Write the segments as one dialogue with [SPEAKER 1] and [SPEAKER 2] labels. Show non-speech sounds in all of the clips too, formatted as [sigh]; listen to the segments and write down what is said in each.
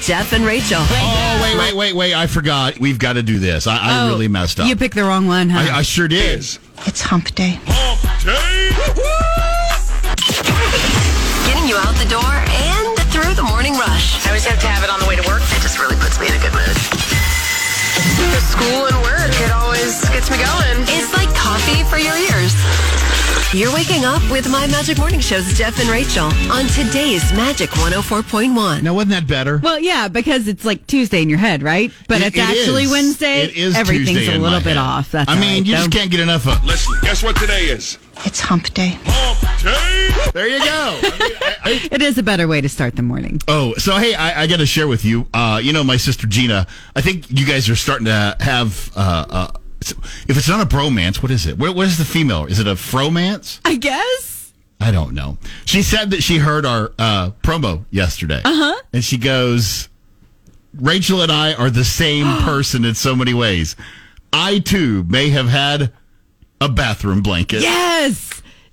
[SPEAKER 1] Jeff and Rachel.
[SPEAKER 2] Oh, wait, wait, wait, wait. I forgot. We've got to do this. I, I
[SPEAKER 1] Oh,
[SPEAKER 2] really messed up.
[SPEAKER 1] You picked the wrong one, huh?
[SPEAKER 2] I, I sure did.
[SPEAKER 3] It's hump day.
[SPEAKER 1] Getting you out the door and through the morning rush.
[SPEAKER 4] I always have to have it on the way to work. It just really puts me in a good mood. The school and work, it always gets me going.
[SPEAKER 1] It's like coffee for your ears. You're waking up with My Magic Morning Show's Jeff and Rachel on today's Magic 104.1.
[SPEAKER 2] Now, wasn't that better?
[SPEAKER 5] Well, yeah, because it's like Tuesday in your head, right? But
[SPEAKER 2] It-
[SPEAKER 5] it's
[SPEAKER 2] it
[SPEAKER 5] actually
[SPEAKER 2] is.
[SPEAKER 5] Wednesday.
[SPEAKER 2] It is
[SPEAKER 5] Everything's
[SPEAKER 2] Tuesday
[SPEAKER 5] a
[SPEAKER 2] in
[SPEAKER 5] little
[SPEAKER 2] my head.
[SPEAKER 5] bit off. That's
[SPEAKER 2] I
[SPEAKER 5] all
[SPEAKER 2] mean,
[SPEAKER 5] right,
[SPEAKER 2] you just
[SPEAKER 5] though.
[SPEAKER 2] can't get enough of.
[SPEAKER 6] Listen, guess what today is?
[SPEAKER 3] It's hump day.
[SPEAKER 2] There you go.
[SPEAKER 5] [laughs] It is a better way to start the morning.
[SPEAKER 2] oh, so hey, I, I got to share with you. Uh, you know, my sister Gina. I think you guys are starting to have. Uh, uh, s- if it's not a bromance, what is it? What, what is the female? Is it a fromance?
[SPEAKER 5] I guess.
[SPEAKER 2] I don't know. She said that she heard our uh, promo yesterday.
[SPEAKER 5] Uh-huh.
[SPEAKER 2] Uh huh. And she goes, Rachel and I are the
[SPEAKER 5] [gasps]
[SPEAKER 2] same person in so many ways. I too may have had a bathroom blanket.
[SPEAKER 5] Yes.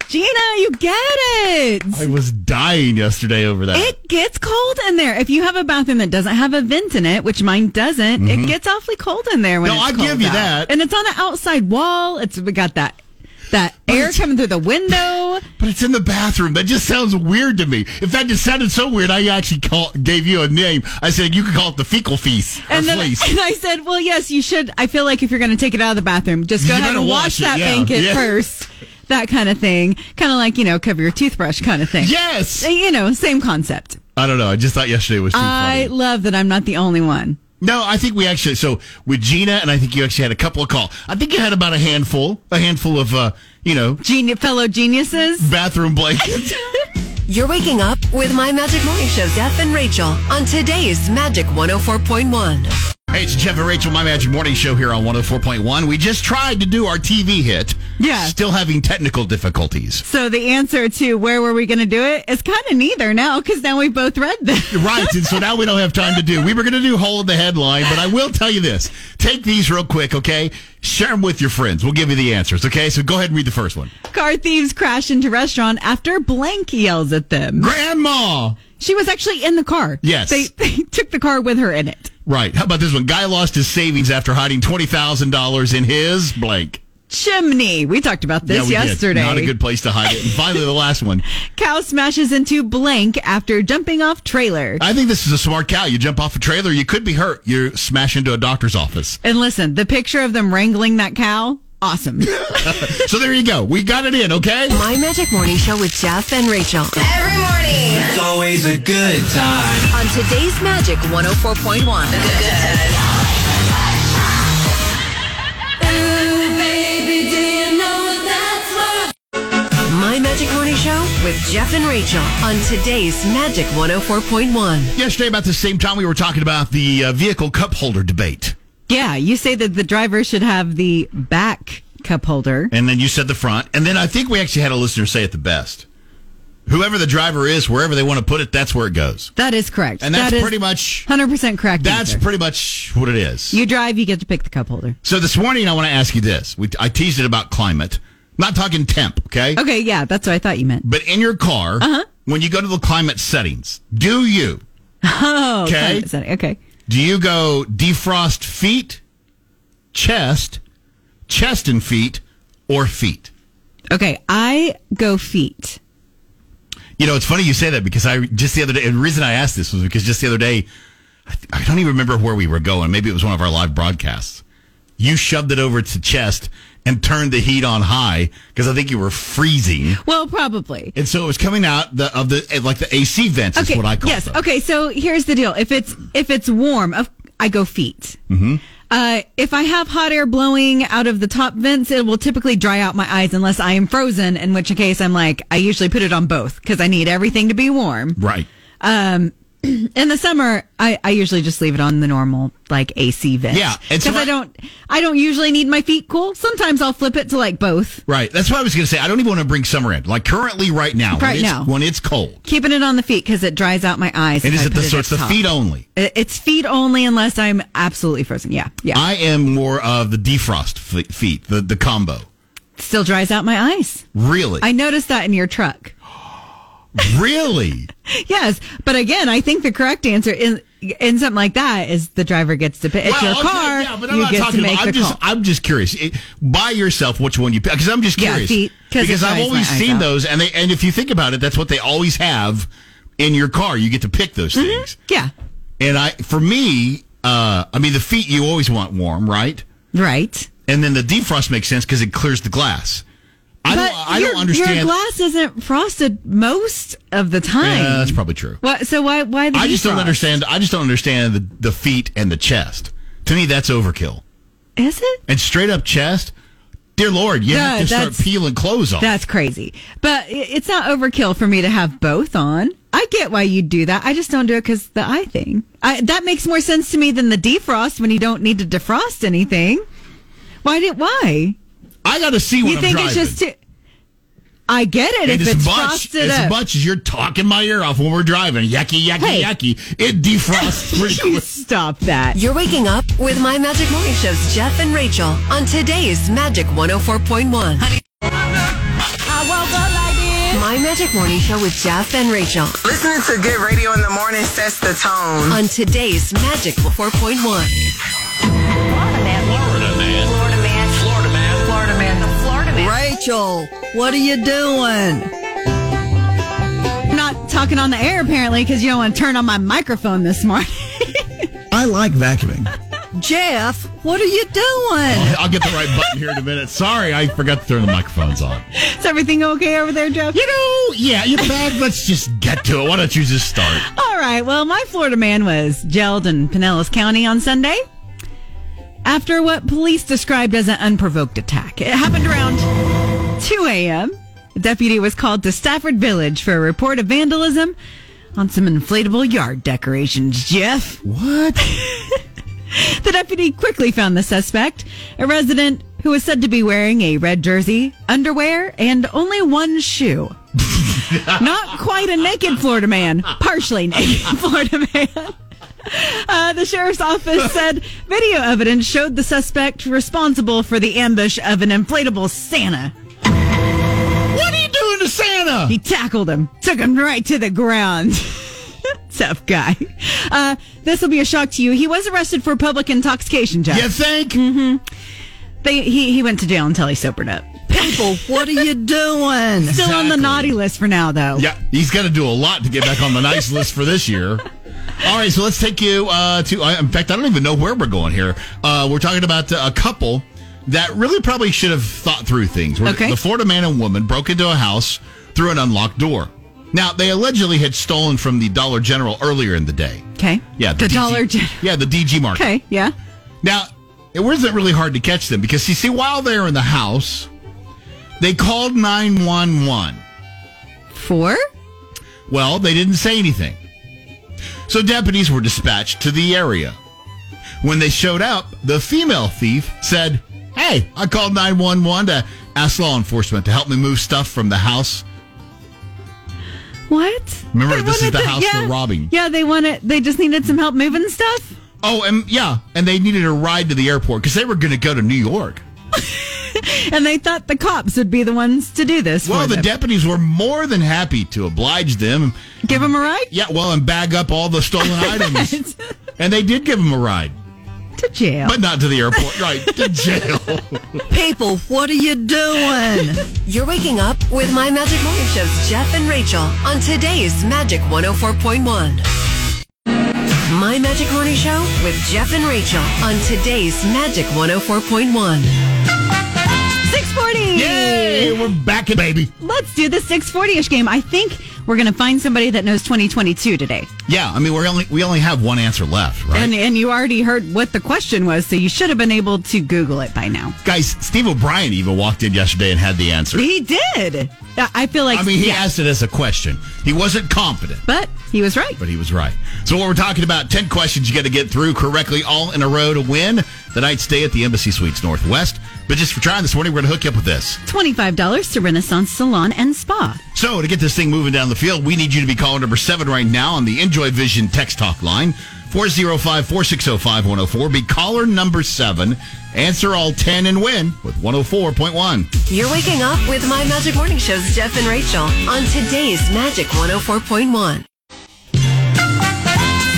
[SPEAKER 5] Gina, you get it.
[SPEAKER 2] I was dying yesterday over that.
[SPEAKER 5] It gets cold in there. If you have a bathroom that doesn't have a vent in it, which mine doesn't, it gets awfully cold in there when
[SPEAKER 2] Mm-hmm. No,
[SPEAKER 5] it's
[SPEAKER 2] I
[SPEAKER 5] cold
[SPEAKER 2] give you
[SPEAKER 5] out.
[SPEAKER 2] that.
[SPEAKER 5] And it's on the outside wall. It's we got that that air coming through the window.
[SPEAKER 2] but it's in the bathroom. That just sounds weird to me. In fact, it sounded so weird. I actually call, gave you a name. I said you could call it the fecal feast or
[SPEAKER 5] And then
[SPEAKER 2] fleece.
[SPEAKER 5] [laughs] and I said, "Well, yes, you should. I feel like if you're going to take it out of the bathroom, just go
[SPEAKER 2] You
[SPEAKER 5] ahead
[SPEAKER 2] better
[SPEAKER 5] and
[SPEAKER 2] wash
[SPEAKER 5] wash
[SPEAKER 2] it,
[SPEAKER 5] that
[SPEAKER 2] yeah,
[SPEAKER 5] blanket
[SPEAKER 2] yeah.
[SPEAKER 5] first. That kind of thing. Kind of like you know, cover your toothbrush kind of thing.
[SPEAKER 2] yes.
[SPEAKER 5] Uh, You know, same concept.
[SPEAKER 2] I don't know. I just thought yesterday was too funny.
[SPEAKER 5] I love that I'm not the only one.
[SPEAKER 2] No, I think we actually so with Gina, and I think you actually had a couple of call. I think you had about a handful, a handful of uh, you know
[SPEAKER 5] Geni fellow geniuses.
[SPEAKER 2] bathroom blankets. [laughs]
[SPEAKER 1] You're waking up with My Magic Morning Show's Jeff and Rachel on today's Magic 104.1.
[SPEAKER 2] hey, it's Jeff and Rachel, my Magic Morning Show here on one hundred four point one. We just tried to do our TV hit,
[SPEAKER 5] Yeah.
[SPEAKER 2] still having technical difficulties.
[SPEAKER 5] So the answer to where were we going to do it is kind of neither now because now we've both read this.
[SPEAKER 2] Right, and so now we don't have time to do. We were going to do hole in the headline, but I will tell you this: take these real quick, okay? Share them with your friends. We'll give you the answers, okay? So go ahead and read the first one.
[SPEAKER 5] [laughs] Car thieves crash into restaurant after blank yells at them.
[SPEAKER 2] Grandma.
[SPEAKER 5] She was actually in the car.
[SPEAKER 2] Yes.
[SPEAKER 5] They, [laughs] they took the car with her in it.
[SPEAKER 2] Right. How about this one? Guy lost his savings after hiding twenty thousand dollars in his blank.
[SPEAKER 5] Chimney. We talked about
[SPEAKER 2] Yeah,
[SPEAKER 5] this
[SPEAKER 2] we did.
[SPEAKER 5] yesterday.
[SPEAKER 2] Not a good place to hide it. And finally, the last one.
[SPEAKER 5] Cow smashes into blank after jumping off trailer.
[SPEAKER 2] I think this is a smart cow. You jump off a trailer, you could be hurt. You smash into a doctor's office.
[SPEAKER 5] and listen, the picture of them wrangling that cow,
[SPEAKER 2] [laughs]
[SPEAKER 5] awesome.
[SPEAKER 2] So there you go. We got it in. Okay.
[SPEAKER 1] My Magic Morning Show with Jeff and Rachel.
[SPEAKER 4] Every morning.
[SPEAKER 7] It's always a good time.
[SPEAKER 1] On today's Magic 104.1. My Magic Morning Show with Jeff and Rachel on today's Magic 104.1.
[SPEAKER 2] Yesterday, about the same time, we were talking about the uh, vehicle cup holder debate,
[SPEAKER 5] yeah, you say that the driver should have the back cup holder.
[SPEAKER 2] and then you said the front, and then I think we actually had a listener say it the best. Whoever the driver is, wherever they want to put it, that's where it goes,
[SPEAKER 5] That is correct.
[SPEAKER 2] and that's
[SPEAKER 5] That is
[SPEAKER 2] pretty much
[SPEAKER 5] 100% correct.
[SPEAKER 2] that's
[SPEAKER 5] answer.
[SPEAKER 2] pretty much what it is.
[SPEAKER 5] You drive, you get to pick the cup holder.
[SPEAKER 2] So this morning, I want to ask you this. We, I teased it about climate. Not talking temp, okay?
[SPEAKER 5] Okay, yeah, that's what I thought you meant.
[SPEAKER 2] But in your car, when you go to the climate settings, do you
[SPEAKER 5] Oh,
[SPEAKER 2] Okay.
[SPEAKER 5] climate setting. Okay.
[SPEAKER 2] do you go defrost feet, chest, chest and feet, or feet?
[SPEAKER 5] Okay, I go feet.
[SPEAKER 2] You know, it's funny you say that because I just the other day. And the reason I asked this was because just the other day, I, th- I don't even remember where we were going. Maybe it was one of our live broadcasts. You shoved it over to chest and turned the heat on high because I think you were freezing.
[SPEAKER 5] Well, probably.
[SPEAKER 2] And so it was coming out the, of the eh, like the AC vents
[SPEAKER 5] Okay.
[SPEAKER 2] is what I call
[SPEAKER 5] yes.
[SPEAKER 2] them.
[SPEAKER 5] Okay, so here's the deal. If it's if it's warm, of I go feet. Mm-hmm. Uh, if I have hot air blowing out of the top vents, it will typically dry out my eyes unless I am frozen, in which case I'm like I usually put it on both because I need everything to be warm.
[SPEAKER 2] Right.
[SPEAKER 5] Um, [clears throat] in the summer, I, I usually just leave it on the normal like AC vent.
[SPEAKER 2] Yeah, and
[SPEAKER 5] because
[SPEAKER 2] so I-
[SPEAKER 5] I don't I don't usually need my feet cool. Sometimes I'll flip it to like both,
[SPEAKER 2] Right. That's what I was going to say. I don't even want to bring summer in. Like currently, right now, when
[SPEAKER 5] Right
[SPEAKER 2] it's,
[SPEAKER 5] now.
[SPEAKER 2] when it's cold,
[SPEAKER 5] keeping it on the feet because it dries out my eyes.
[SPEAKER 2] and
[SPEAKER 5] if
[SPEAKER 2] is
[SPEAKER 5] I
[SPEAKER 2] it the
[SPEAKER 5] put
[SPEAKER 2] so it's
[SPEAKER 5] up
[SPEAKER 2] the
[SPEAKER 5] top.
[SPEAKER 2] feet only?
[SPEAKER 5] I- It's feet only unless I'm absolutely frozen. Yeah, yeah.
[SPEAKER 2] I am more of the defrost fe- feet, the the combo.
[SPEAKER 5] Still dries out my eyes.
[SPEAKER 2] Really,
[SPEAKER 5] I noticed that in your truck.
[SPEAKER 2] really.
[SPEAKER 5] Yes, but again, I think the correct answer is in something like that is the driver gets to pick. [laughs] It's your
[SPEAKER 2] okay,
[SPEAKER 5] car.
[SPEAKER 2] yeah, but I'm
[SPEAKER 5] you
[SPEAKER 2] not
[SPEAKER 5] get to
[SPEAKER 2] talking
[SPEAKER 5] make
[SPEAKER 2] about.
[SPEAKER 5] the
[SPEAKER 2] I'm just,
[SPEAKER 5] call.
[SPEAKER 2] I'm just curious. It- by yourself, which one you pick? Because I'm just
[SPEAKER 5] Yeah,
[SPEAKER 2] curious.
[SPEAKER 5] feet, 'cause it
[SPEAKER 2] because I've
[SPEAKER 5] dries
[SPEAKER 2] always
[SPEAKER 5] my eyes
[SPEAKER 2] seen
[SPEAKER 5] out.
[SPEAKER 2] those, and they and if you think about it, that's what they always have in your car. You get to pick those
[SPEAKER 5] Mm-hmm.
[SPEAKER 2] things.
[SPEAKER 5] yeah.
[SPEAKER 2] And I, for me, uh, I mean, the feet you always want warm, right?
[SPEAKER 5] Right.
[SPEAKER 2] And then the defrost makes sense because it clears the glass. I
[SPEAKER 5] but
[SPEAKER 2] don't. I
[SPEAKER 5] your,
[SPEAKER 2] don't understand.
[SPEAKER 5] Your glass isn't frosted most of the time.
[SPEAKER 2] Yeah, that's probably true.
[SPEAKER 5] What? So why? Why? The
[SPEAKER 2] I just
[SPEAKER 5] defrost?
[SPEAKER 2] don't understand. I just don't understand the, the feet and the chest. To me, that's overkill.
[SPEAKER 5] Is it?
[SPEAKER 2] And straight up chest, dear Lord, you
[SPEAKER 5] Yeah,
[SPEAKER 2] have to start
[SPEAKER 5] that's-
[SPEAKER 2] peeling clothes off.
[SPEAKER 5] That's crazy. But i- it's not overkill for me to have both on. I get why you do that. I just don't do it because the eye thing. I, that makes more sense to me than the defrost when you don't need to defrost anything. Why did? Why?
[SPEAKER 2] I got to see what
[SPEAKER 5] You
[SPEAKER 2] I'm
[SPEAKER 5] think
[SPEAKER 2] driving.
[SPEAKER 5] it's just? Too, I get it
[SPEAKER 2] and
[SPEAKER 5] if
[SPEAKER 2] as
[SPEAKER 5] it's
[SPEAKER 2] much
[SPEAKER 5] frosted
[SPEAKER 2] as
[SPEAKER 5] up.
[SPEAKER 2] much as you're talking my ear off when we're driving, yucky, yucky,
[SPEAKER 5] Hey.
[SPEAKER 2] yucky, it
[SPEAKER 5] [laughs]
[SPEAKER 2] defrosts pretty
[SPEAKER 5] You
[SPEAKER 2] quick.
[SPEAKER 5] stop that.
[SPEAKER 1] You're waking up with My Magic Morning Show's Jeff and Rachel on today's Magic 104.1. My Magic Morning Show with Jeff and Rachel
[SPEAKER 4] Listening to good radio in the morning sets the tone.
[SPEAKER 1] on today's Magic 4.1.
[SPEAKER 2] Florida man.
[SPEAKER 1] Rachel, what are you doing?
[SPEAKER 5] Not talking on the air apparently because you don't want to turn on my microphone this morning. [laughs]
[SPEAKER 6] I like vacuuming.
[SPEAKER 1] Jeff, what are you doing?
[SPEAKER 2] I'll get the right button here in a minute. Sorry, I forgot to turn the microphones on.
[SPEAKER 5] Is everything okay over there, Jeff?
[SPEAKER 2] You know, yeah, you're bad. Let's just get to it. Why don't you just start?
[SPEAKER 5] All right. Well, my Florida man was jailed in Pinellas County on Sunday after what police described as an unprovoked attack. It happened around 2 a.m. A deputy was called to Stafford Village for a report of vandalism on some inflatable yard decorations. Jeff. What? [laughs] the deputy quickly found the suspect, a resident who was said to be wearing a red jersey, underwear, and only one shoe. Not quite a naked Florida man, partially naked [laughs] Florida man. Uh, the sheriff's office said video evidence showed the suspect responsible for the ambush of an inflatable Santa.
[SPEAKER 2] What are you doing to Santa?
[SPEAKER 5] He tackled him, took him right to the ground. [laughs] Tough guy. Uh, this will be a shock to you. He was arrested for public intoxication, Jeff.
[SPEAKER 2] you think?
[SPEAKER 5] They, he, he went to jail until he sobered up.
[SPEAKER 1] People, what are you doing?
[SPEAKER 5] Still on the
[SPEAKER 2] Exactly.
[SPEAKER 5] naughty list for now, though.
[SPEAKER 2] Yeah, he's got to do a lot to get back on the nice list for this year. All right, so let's take you uh, to. I in fact, I don't even know where we're going here. Uh, we're talking about uh, a couple that really probably should have thought through things. We're-
[SPEAKER 5] Okay.
[SPEAKER 2] The Florida man and woman broke into a house through an unlocked door. Now, they allegedly had stolen from the Dollar General earlier in the day.
[SPEAKER 5] Okay.
[SPEAKER 2] Yeah,
[SPEAKER 5] The,
[SPEAKER 2] DG
[SPEAKER 5] Dollar General.
[SPEAKER 2] Yeah, the DG market.
[SPEAKER 5] Okay. Yeah.
[SPEAKER 2] Now, it wasn't really hard to catch them because you see, while they're in the house, they called nine one one.
[SPEAKER 5] Four.
[SPEAKER 2] Well, they didn't say anything. So deputies were dispatched to the area. When they showed up, the female thief said, Hey, I called 911 to ask law enforcement to help me move stuff from the house.
[SPEAKER 5] What?
[SPEAKER 2] Remember,
[SPEAKER 5] They
[SPEAKER 2] this is
[SPEAKER 5] wanted
[SPEAKER 2] the house they're robbing.
[SPEAKER 5] Yeah, they wanted. They just needed some help moving stuff.
[SPEAKER 2] Oh, and yeah, and they needed a ride to the airport because they were going to go to New York.
[SPEAKER 5] And they thought the cops would be the ones to do this.
[SPEAKER 2] Well,
[SPEAKER 5] for
[SPEAKER 2] the
[SPEAKER 5] them.
[SPEAKER 2] deputies were more than happy to oblige them.
[SPEAKER 5] give them a ride
[SPEAKER 2] Yeah, well, and bag up all the stolen items. And they did give them a ride,
[SPEAKER 5] [laughs] to jail.
[SPEAKER 2] but not to the airport, right?
[SPEAKER 5] [laughs]
[SPEAKER 2] To jail.
[SPEAKER 1] People, what are you doing? You're waking up with My Magic Morning Show's Jeff and Rachel on today's Magic 104.1. My Magic Morning Show with Jeff and Rachel on today's Magic 104.1.
[SPEAKER 5] six forty.
[SPEAKER 2] Yay, we're back, baby.
[SPEAKER 5] Let's do the six forty ish game. I think we're gonna find somebody that knows twenty twenty two today.
[SPEAKER 2] Yeah, I mean we only we only have one answer left, right?
[SPEAKER 5] And and you already heard what the question was, so you should have been able to Google it by now.
[SPEAKER 2] Guys, Steve O'Brien even walked in yesterday and had the answer.
[SPEAKER 5] He did. I I feel like.
[SPEAKER 2] I mean, he
[SPEAKER 5] yeah.
[SPEAKER 2] asked it as a question. He wasn't confident,
[SPEAKER 5] But he was right.
[SPEAKER 2] but he was right. So what we're talking about, 10 questions you got to get through correctly all in a row to win the night stay at the Embassy Suites Northwest. But just for trying this morning, we're going to hook you up with this.
[SPEAKER 5] $25 to Renaissance Salon and Spa.
[SPEAKER 2] So to get this thing moving down the field, we need you to be caller number seven right now on the Enjoy Vision text talk line. 405-460-5104. Be caller number seven. Answer all 10 and win with 104.1.
[SPEAKER 1] You're waking up with My Magic Morning Show's Jeff and oh Rachel on today's Magic 104.1.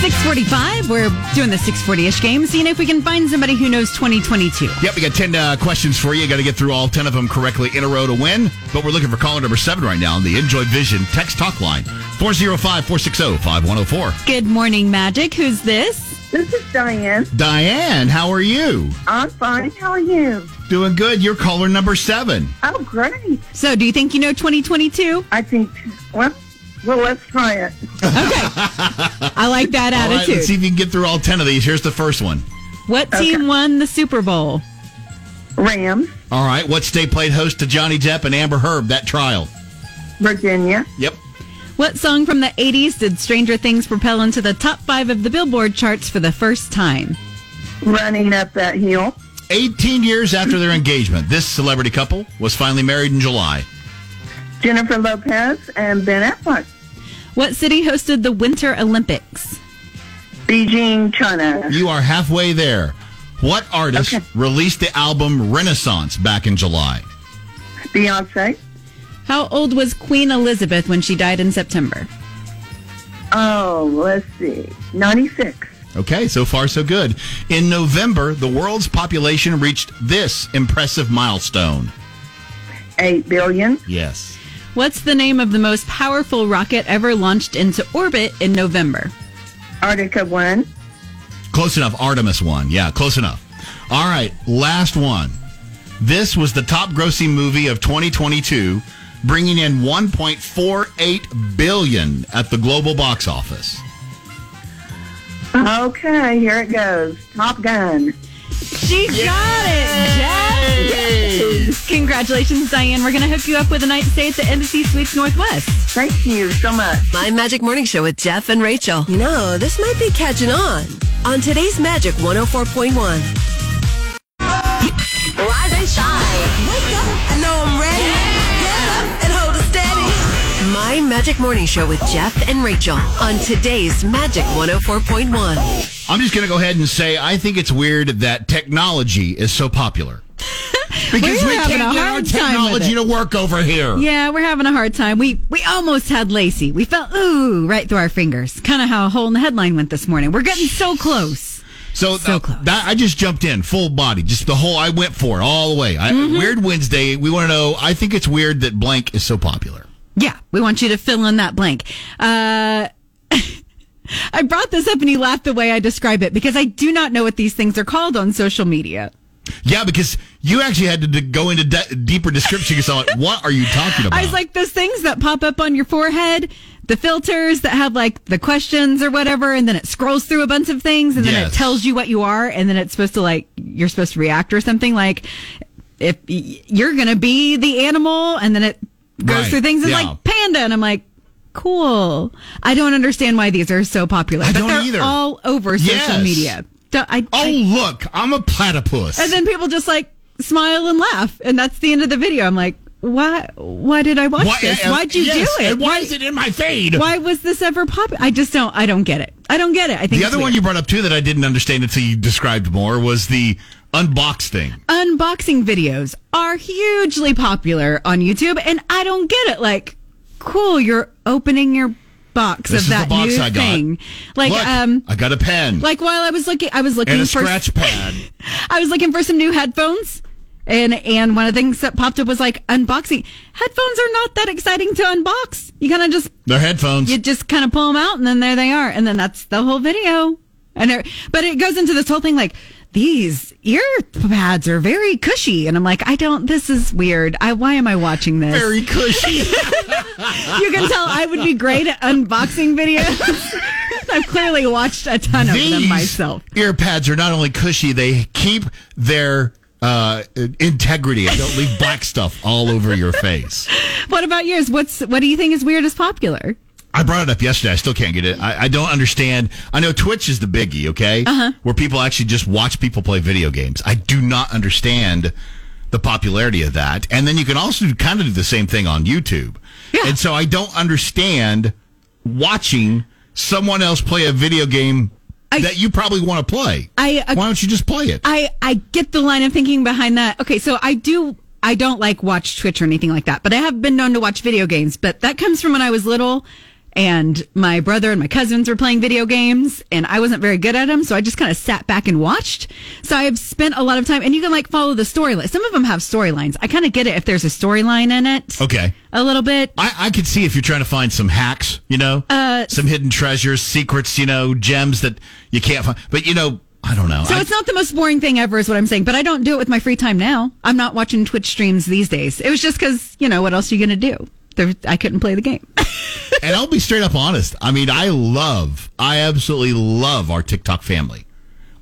[SPEAKER 5] 645. We're doing the 640-ish game, seeing if we can find somebody who knows 2022.
[SPEAKER 2] Yep, we got 10 uh, questions for you. You got to get through all 10 of them correctly in a row to win. But we're looking for caller number seven right now on the Enjoy Vision text talk line 405 460 5104.
[SPEAKER 5] Good morning, Magic. Who's this?
[SPEAKER 8] This is Diane.
[SPEAKER 2] Diane, how are you?
[SPEAKER 8] I'm fine. How are you?
[SPEAKER 2] Doing good. You're caller number seven.
[SPEAKER 8] Oh, great.
[SPEAKER 5] So, do you think you know 2022?
[SPEAKER 8] I think, well, well let's try it.
[SPEAKER 5] I like
[SPEAKER 2] [laughs]
[SPEAKER 5] that
[SPEAKER 2] All right,
[SPEAKER 5] attitude.
[SPEAKER 2] let's see if you can get through all 10 of these. Here's the first one.
[SPEAKER 5] what team won the Super Bowl?
[SPEAKER 8] Rams,
[SPEAKER 2] All right, what state played host to Johnny Depp and Amber Heard, that trial?
[SPEAKER 8] Virginia,
[SPEAKER 2] Yep.
[SPEAKER 5] What song from the 80s did Stranger Things propel into the top five of the Billboard charts for the first time?
[SPEAKER 8] running up that hill.
[SPEAKER 2] 18 years after their engagement, this celebrity couple was finally married in July.
[SPEAKER 8] Jennifer Lopez and Ben Affleck.
[SPEAKER 5] What city hosted the Winter Olympics?
[SPEAKER 8] Beijing, China.
[SPEAKER 2] You are halfway there. What artist
[SPEAKER 8] Okay.
[SPEAKER 2] released the album Renaissance back in July?
[SPEAKER 8] Beyonce.
[SPEAKER 5] How old was Queen Elizabeth when she died in September?
[SPEAKER 8] Oh, let's see. 96.
[SPEAKER 2] Okay, so far so good. In November, the world's population reached this impressive milestone.
[SPEAKER 8] 8 billion.
[SPEAKER 2] Yes.
[SPEAKER 5] What's the name of the most powerful rocket ever launched into orbit in November?
[SPEAKER 8] Arctica 1.
[SPEAKER 2] Close enough. Artemis one. Yeah, close enough. All right, last one. This was the top grossing movie of 2022, bringing in 1.48 billion at the global box office.
[SPEAKER 8] Okay, here it goes. Top Gun.
[SPEAKER 5] She got it, Jeff! Congratulations, Diane. We're going to hook you up with a night stay at the Embassy Suites Northwest.
[SPEAKER 8] Thank you so much.
[SPEAKER 1] My Magic Morning Show with Jeff and Rachel. You know, this might be catching on. On today's Magic 104.1. Rise and shine. Wake up. I know I'm ready. Get up and hold it steady. My Magic Morning Show with Jeff and Rachel on today's Magic 104.1.
[SPEAKER 2] I'm just going to go ahead and say I think it's weird that technology is so popular.
[SPEAKER 5] [laughs]
[SPEAKER 2] Because
[SPEAKER 5] We're
[SPEAKER 2] we
[SPEAKER 5] having
[SPEAKER 2] can't
[SPEAKER 5] a
[SPEAKER 2] get our
[SPEAKER 5] hard time with
[SPEAKER 2] technology
[SPEAKER 5] it.
[SPEAKER 2] to work over here.
[SPEAKER 5] Yeah, we're having a hard time. We we almost had Lacey. We felt ooh right through our fingers. Kind of how a hole in the headline went this morning. We're getting so close.
[SPEAKER 2] So,
[SPEAKER 5] So
[SPEAKER 2] uh,
[SPEAKER 5] close.
[SPEAKER 2] that I just jumped in full body, just the whole I went for it all the way. I,
[SPEAKER 5] Mm-hmm.
[SPEAKER 2] Weird Wednesday. We want to know. I think it's weird that blank is so popular.
[SPEAKER 5] Yeah, we want you to fill in that blank. Uh, [laughs] I brought this up and he laughed the way I describe it because I do not know what these things are called on social media.
[SPEAKER 2] Yeah, because you actually had to d- go into de- deeper description. You're like, what are you talking about?
[SPEAKER 5] [laughs] I was like, those things that pop up on your forehead, the filters that have like the questions or whatever, and then it scrolls through a bunch of things and then
[SPEAKER 2] Yes.
[SPEAKER 5] it tells you what you are, and then it's supposed to like, you're supposed to react or something like, if y- you're going to be the animal, and then it goes
[SPEAKER 2] Right,
[SPEAKER 5] through things and
[SPEAKER 2] yeah.
[SPEAKER 5] like panda, and I'm like, cool. I don't understand why these are so popular.
[SPEAKER 2] I
[SPEAKER 5] but
[SPEAKER 2] don't
[SPEAKER 5] they're
[SPEAKER 2] either.
[SPEAKER 5] all over
[SPEAKER 2] Yes.
[SPEAKER 5] social media. Don't, I,
[SPEAKER 2] oh,
[SPEAKER 5] I-
[SPEAKER 2] look, I'm a platypus.
[SPEAKER 5] and then people just like smile and laugh, and that's the end of the video. I'm like, why? Why did I watch this?
[SPEAKER 2] uh,
[SPEAKER 5] Why'd you
[SPEAKER 2] yes,
[SPEAKER 5] do it?
[SPEAKER 2] And why is it in my feed?
[SPEAKER 5] Why was this ever popular? I just don't. I don't get it. I don't get it. I think
[SPEAKER 2] The other one you brought up too that I didn't understand until you described more was the unbox thing.
[SPEAKER 5] unboxing videos are hugely popular on YouTube, and I don't get it. Like, cool, you're opening your box
[SPEAKER 2] This
[SPEAKER 5] of
[SPEAKER 2] is the
[SPEAKER 5] that
[SPEAKER 2] box
[SPEAKER 5] new
[SPEAKER 2] I got.
[SPEAKER 5] thing. Like,
[SPEAKER 2] Look,
[SPEAKER 5] um,
[SPEAKER 2] I got a pen
[SPEAKER 5] like while I was looking, I was looking
[SPEAKER 2] and a
[SPEAKER 5] for
[SPEAKER 2] scratch
[SPEAKER 5] [laughs]
[SPEAKER 2] pad.
[SPEAKER 5] I was looking for some new headphones. And and one of the things that popped up was like unboxing. Headphones are not that exciting to unbox. You kind of just
[SPEAKER 2] They're headphones.
[SPEAKER 5] you just kind of pull them out and then there they are and then that's the whole video and there, but it goes into this whole thing like these ear pads are very cushy and i'm like i don't this is weird i why am i watching this
[SPEAKER 2] Very
[SPEAKER 5] [laughs]
[SPEAKER 2] cushy.
[SPEAKER 5] you
[SPEAKER 2] [laughs]
[SPEAKER 5] can tell i would be great at unboxing videos [laughs] i've clearly watched a ton of them
[SPEAKER 2] These
[SPEAKER 5] myself
[SPEAKER 2] ear pads are not only cushy, they keep their uh, integrity and don't leave black stuff all over your face.
[SPEAKER 5] what about yours what's what do you think is weird as popular
[SPEAKER 2] I brought it up yesterday. I still can't get it. I, I don't understand. I know Twitch is the biggie, okay? Uh-huh. Where people actually just watch people play video games. I do not understand the popularity of that. And then you can also kind of do the same thing on YouTube.
[SPEAKER 5] Yeah.
[SPEAKER 2] And so I don't understand watching someone else play a video game
[SPEAKER 5] I-
[SPEAKER 2] that you probably want to play.
[SPEAKER 5] I- uh,
[SPEAKER 2] Why don't you just play it?
[SPEAKER 5] I I get the line of thinking behind that. Okay, so I do I don't like watch Twitch or anything like that, but I have been known to watch video games, but that comes from when I was little and my brother and my cousins were playing video games and I wasn't very good at them. So I just kind of sat back and watched. So I've spent a lot of time and you can like follow the storyline. Some of them have storylines. I kind of get it if there's a storyline in it
[SPEAKER 2] Okay.
[SPEAKER 5] a little bit.
[SPEAKER 2] I, I could see if you're trying to find some hacks, you know,
[SPEAKER 5] Uh,
[SPEAKER 2] some hidden treasures, secrets, you know, gems that you can't find. But you know, I don't know.
[SPEAKER 5] So
[SPEAKER 2] I-
[SPEAKER 5] it's not the most boring thing ever, is what I'm saying. But I don't do it with my free time now. I'm not watching Twitch streams these days. It was just because you know what else are you gonna do? There, I couldn't play the game. [laughs]
[SPEAKER 2] and I'll be straight up honest. I mean, I love, I absolutely love our TikTok family,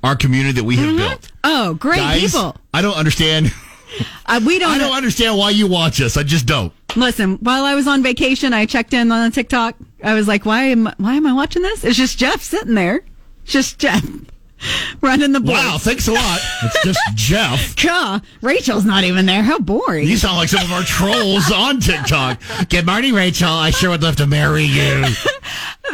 [SPEAKER 2] our community that we have built.
[SPEAKER 5] Oh, great
[SPEAKER 2] Guys,
[SPEAKER 5] people!
[SPEAKER 2] I don't understand.
[SPEAKER 5] Uh, we don't.
[SPEAKER 2] I don't understand why you watch us. I just don't.
[SPEAKER 5] Listen, while I was on vacation, I checked in on TikTok. I was like, why am why am I watching this? It's just Jeff sitting there, It's just Jeff [laughs] running the board.
[SPEAKER 2] Wow, thanks a
[SPEAKER 5] [laughs]
[SPEAKER 2] lot. It's just Jeff.
[SPEAKER 5] Gah, Rachel's not even there. How boring.
[SPEAKER 2] You sound like some of our trolls on TikTok. Good morning, Rachel. I sure would love to marry you.
[SPEAKER 5] [laughs]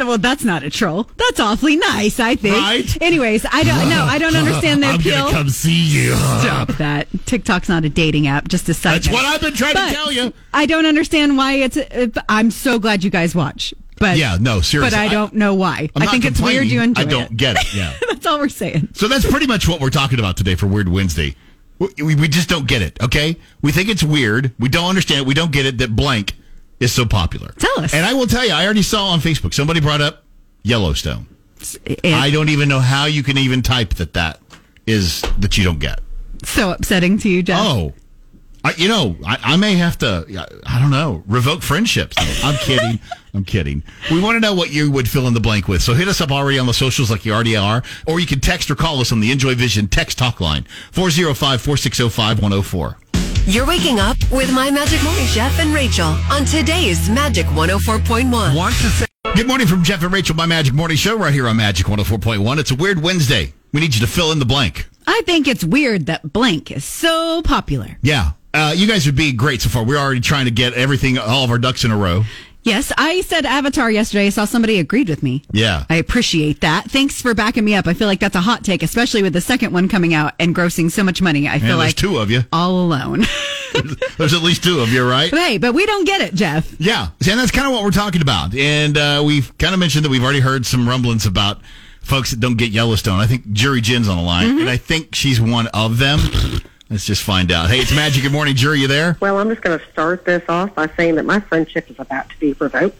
[SPEAKER 5] well, that's not a troll. That's awfully nice, I think.
[SPEAKER 2] Right?
[SPEAKER 5] Anyways, I don't know.
[SPEAKER 2] [laughs]
[SPEAKER 5] I don't understand their
[SPEAKER 2] I'm
[SPEAKER 5] appeal.
[SPEAKER 2] gonna come see you. [laughs]
[SPEAKER 5] Stop that. TikTok's not a dating app. Just a side.
[SPEAKER 2] That's
[SPEAKER 5] note.
[SPEAKER 2] what I've been trying to
[SPEAKER 5] But
[SPEAKER 2] tell you.
[SPEAKER 5] I don't understand why it's. uh, I'm so glad you guys watch. But
[SPEAKER 2] Yeah, no, seriously.
[SPEAKER 5] But I
[SPEAKER 2] I-
[SPEAKER 5] don't know why.
[SPEAKER 2] I'm
[SPEAKER 5] I
[SPEAKER 2] not
[SPEAKER 5] think it's weird.
[SPEAKER 2] complaining.
[SPEAKER 5] You enjoy
[SPEAKER 2] I don't
[SPEAKER 5] it.
[SPEAKER 2] get it.
[SPEAKER 5] [laughs]
[SPEAKER 2] Yeah.
[SPEAKER 5] That's all we're saying.
[SPEAKER 2] so that's pretty much what we're talking about today for Weird Wednesday. We, we- we just don't get it. Okay, we think it's weird. We don't understand. it. We don't get it that blank is so popular.
[SPEAKER 5] Tell us.
[SPEAKER 2] And I will tell you. I already saw on Facebook somebody brought up Yellowstone.
[SPEAKER 5] And
[SPEAKER 2] I don't even know how you can even type that. That is that you don't get.
[SPEAKER 5] so upsetting to you, Jeff.
[SPEAKER 2] Oh, I, you know, I, I may have to. I don't know. Revoke friendships. I'm kidding. I'm kidding. We want to know what you would fill in the blank with. So hit us up already on the socials like you already are, or you can text or call us on the Enjoy Vision text talk line 405-460-5104.
[SPEAKER 1] You're waking up with My Magic Morning, Jeff and Rachel on today's Magic 104.1.
[SPEAKER 2] Good morning from Jeff and Rachel, my Magic Morning Show, right here on Magic 104.1. It's a weird Wednesday. We need you to fill in the blank.
[SPEAKER 5] I think it's weird that blank is so popular.
[SPEAKER 2] Yeah. Uh, you guys would be great so far. We're already trying to get everything, all of our ducks in a row.
[SPEAKER 5] Yes, I said Avatar yesterday. I saw somebody agreed with me.
[SPEAKER 2] Yeah.
[SPEAKER 5] I appreciate that. Thanks for backing me up. I feel like that's a hot take, especially with the second one coming out and grossing so much money. I feel
[SPEAKER 2] And there's
[SPEAKER 5] like
[SPEAKER 2] two of you.
[SPEAKER 5] all alone. [laughs]
[SPEAKER 2] There's at least two of you, right?
[SPEAKER 5] hey, but we don't get it, Jeff.
[SPEAKER 2] Yeah, See, and that's kind of what we're talking about. And uh, we've kind of mentioned that we've already heard some rumblings about folks that don't get Yellowstone. I think Jury Jen's on the line, and I think she's one of them. Let's just find out. Hey, it's Magic. Good morning, Jury. You there?
[SPEAKER 9] Well, I'm just going to start this off by saying that my friendship is about to be revoked.